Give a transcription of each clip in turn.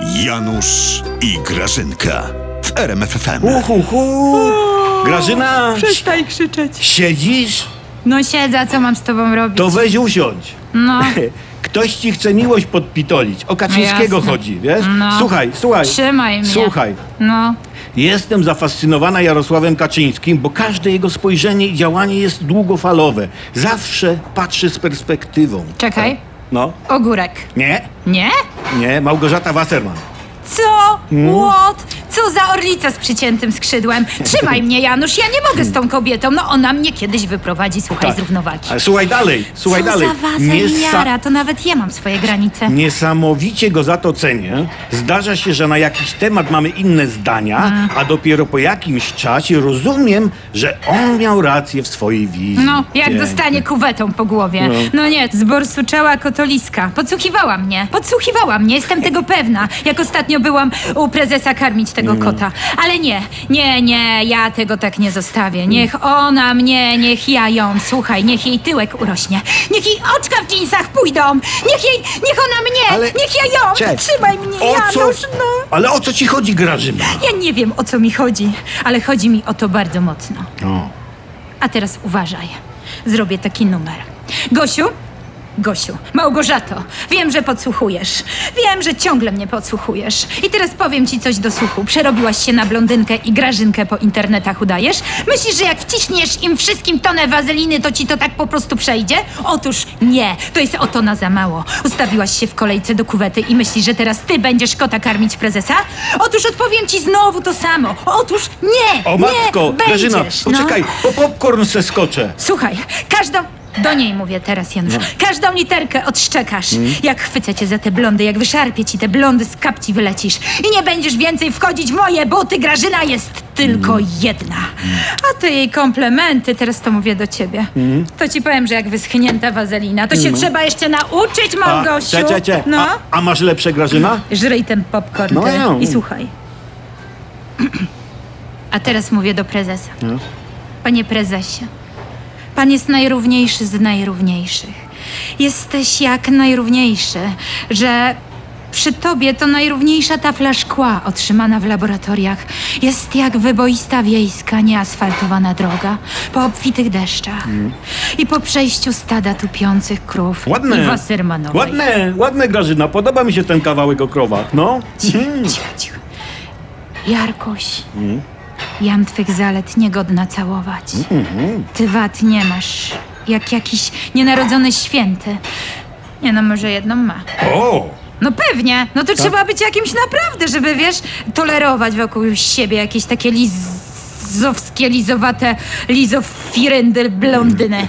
Janusz i Grażynka w RMFFM. Uhuhu! Grażyna, Przestań krzyczeć. siedzisz? No siedzę, a co mam z tobą robić? To weź usiądź. No, Ktoś ci chce miłość podpitolić. O Kaczyńskiego Jasne. chodzi, wiesz? No. Słuchaj, słuchaj. trzymaj mnie. Słuchaj, No, jestem zafascynowana Jarosławem Kaczyńskim, bo każde jego spojrzenie i działanie jest długofalowe. Zawsze patrzy z perspektywą. czekaj. No, Ogórek. nie, Nie? nie, Małgorzata Wasserman. Co? Hmm? What? Co za orlica z przyciętym skrzydłem? Trzymaj mnie, Janusz, ja nie mogę z tą kobietą. No ona mnie kiedyś wyprowadzi, słuchaj, z równowagi. Tak. Ale słuchaj dalej, słuchaj co dalej. za wasa Niesa- jara, to nawet ja mam swoje granice. Niesamowicie go za to cenię. Zdarza się, że na jakiś temat mamy inne zdania, Tak. a dopiero po jakimś czasie rozumiem, że on miał rację w swojej wizji. No, jak Pięknie. dostanie kuwetą po głowie. No nie, zborsuczała kotoliska. Podsłuchiwała mnie. Podsłuchiwała mnie, jestem tego pewna. Jak ostatnio byłam u prezesa karmić tego No. kota. Ale nie, nie, nie, ja tego tak nie zostawię. Niech ona mnie, niech ja ją. Słuchaj, niech jej tyłek urośnie. Niech jej oczka w dżinsach pójdą. Niech jej, niech ona mnie, Ale- niech ja ją. Cześć. Trzymaj mnie, O co? Janusz, no. Ale o co ci chodzi, Grażyna? Ja nie wiem, o co mi chodzi, ale chodzi mi o to bardzo mocno. No. A teraz uważaj. Zrobię taki numer. Gosiu? Gosiu, Małgorzato, wiem, że podsłuchujesz. Wiem, że ciągle mnie podsłuchujesz. I teraz powiem ci coś do słuchu. Przerobiłaś się na blondynkę i grażynkę po internetach udajesz? Myślisz, że jak wciśniesz im wszystkim tonę wazeliny, to ci to tak po prostu przejdzie? Otóż nie, to jest o tona za mało. Ustawiłaś się w kolejce do kuwety i myślisz, że teraz ty będziesz kota karmić prezesa? Otóż odpowiem ci znowu to samo. Otóż nie! O matko, nie Grażyna, będziesz, no. poczekaj, po popcorn se skoczę. Słuchaj, każdą. Do niej mówię teraz, Janusz. Każdą literkę odszczekasz. Jak chwycę cię za te blondy, jak wyszarpię ci te blondy, z kapci wylecisz. I nie będziesz więcej wchodzić w moje buty. Grażyna jest tylko jedna. A te jej komplementy, teraz to mówię do ciebie. To ci powiem, że jak wyschnięta wazelina, to się trzeba jeszcze nauczyć, Małgosiu. cze, cze, cze. No, A, a masz lepsze, Grażyna? żryj ten popcorn No, ty, ja. i słuchaj. A teraz mówię do prezesa. No. Panie prezesie, pan jest najrówniejszy z najrówniejszych. Jesteś jak najrówniejszy, że przy tobie to najrówniejsza tafla szkła otrzymana w laboratoriach jest jak wyboista wiejska, nieasfaltowana droga po obfitych deszczach Mm. i po przejściu stada tupiących krów Ładne. i wassermanowej. Ładne, ładne, Grażyna. Podoba mi się ten kawałek o krowach, no. Cicho, cicho, cicho. Jarkuś, jam twych zalet niegodna całować. Ty wad nie masz, jak jakiś nienarodzony święty. Nie no, może jedną ma. O! No pewnie, no to trzeba być jakimś naprawdę, żeby wiesz, tolerować wokół siebie jakieś takie lizowskie, lizowate, lizofiryndy, blondyny.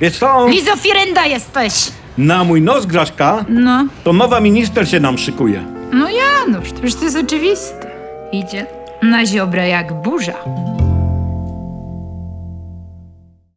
Wiesz co? Lizofirynda jesteś! Na mój nos, Graszka, No, to nowa minister się nam szykuje. no Janusz, to już to jest oczywiste. Idzie na ziobra jak burza.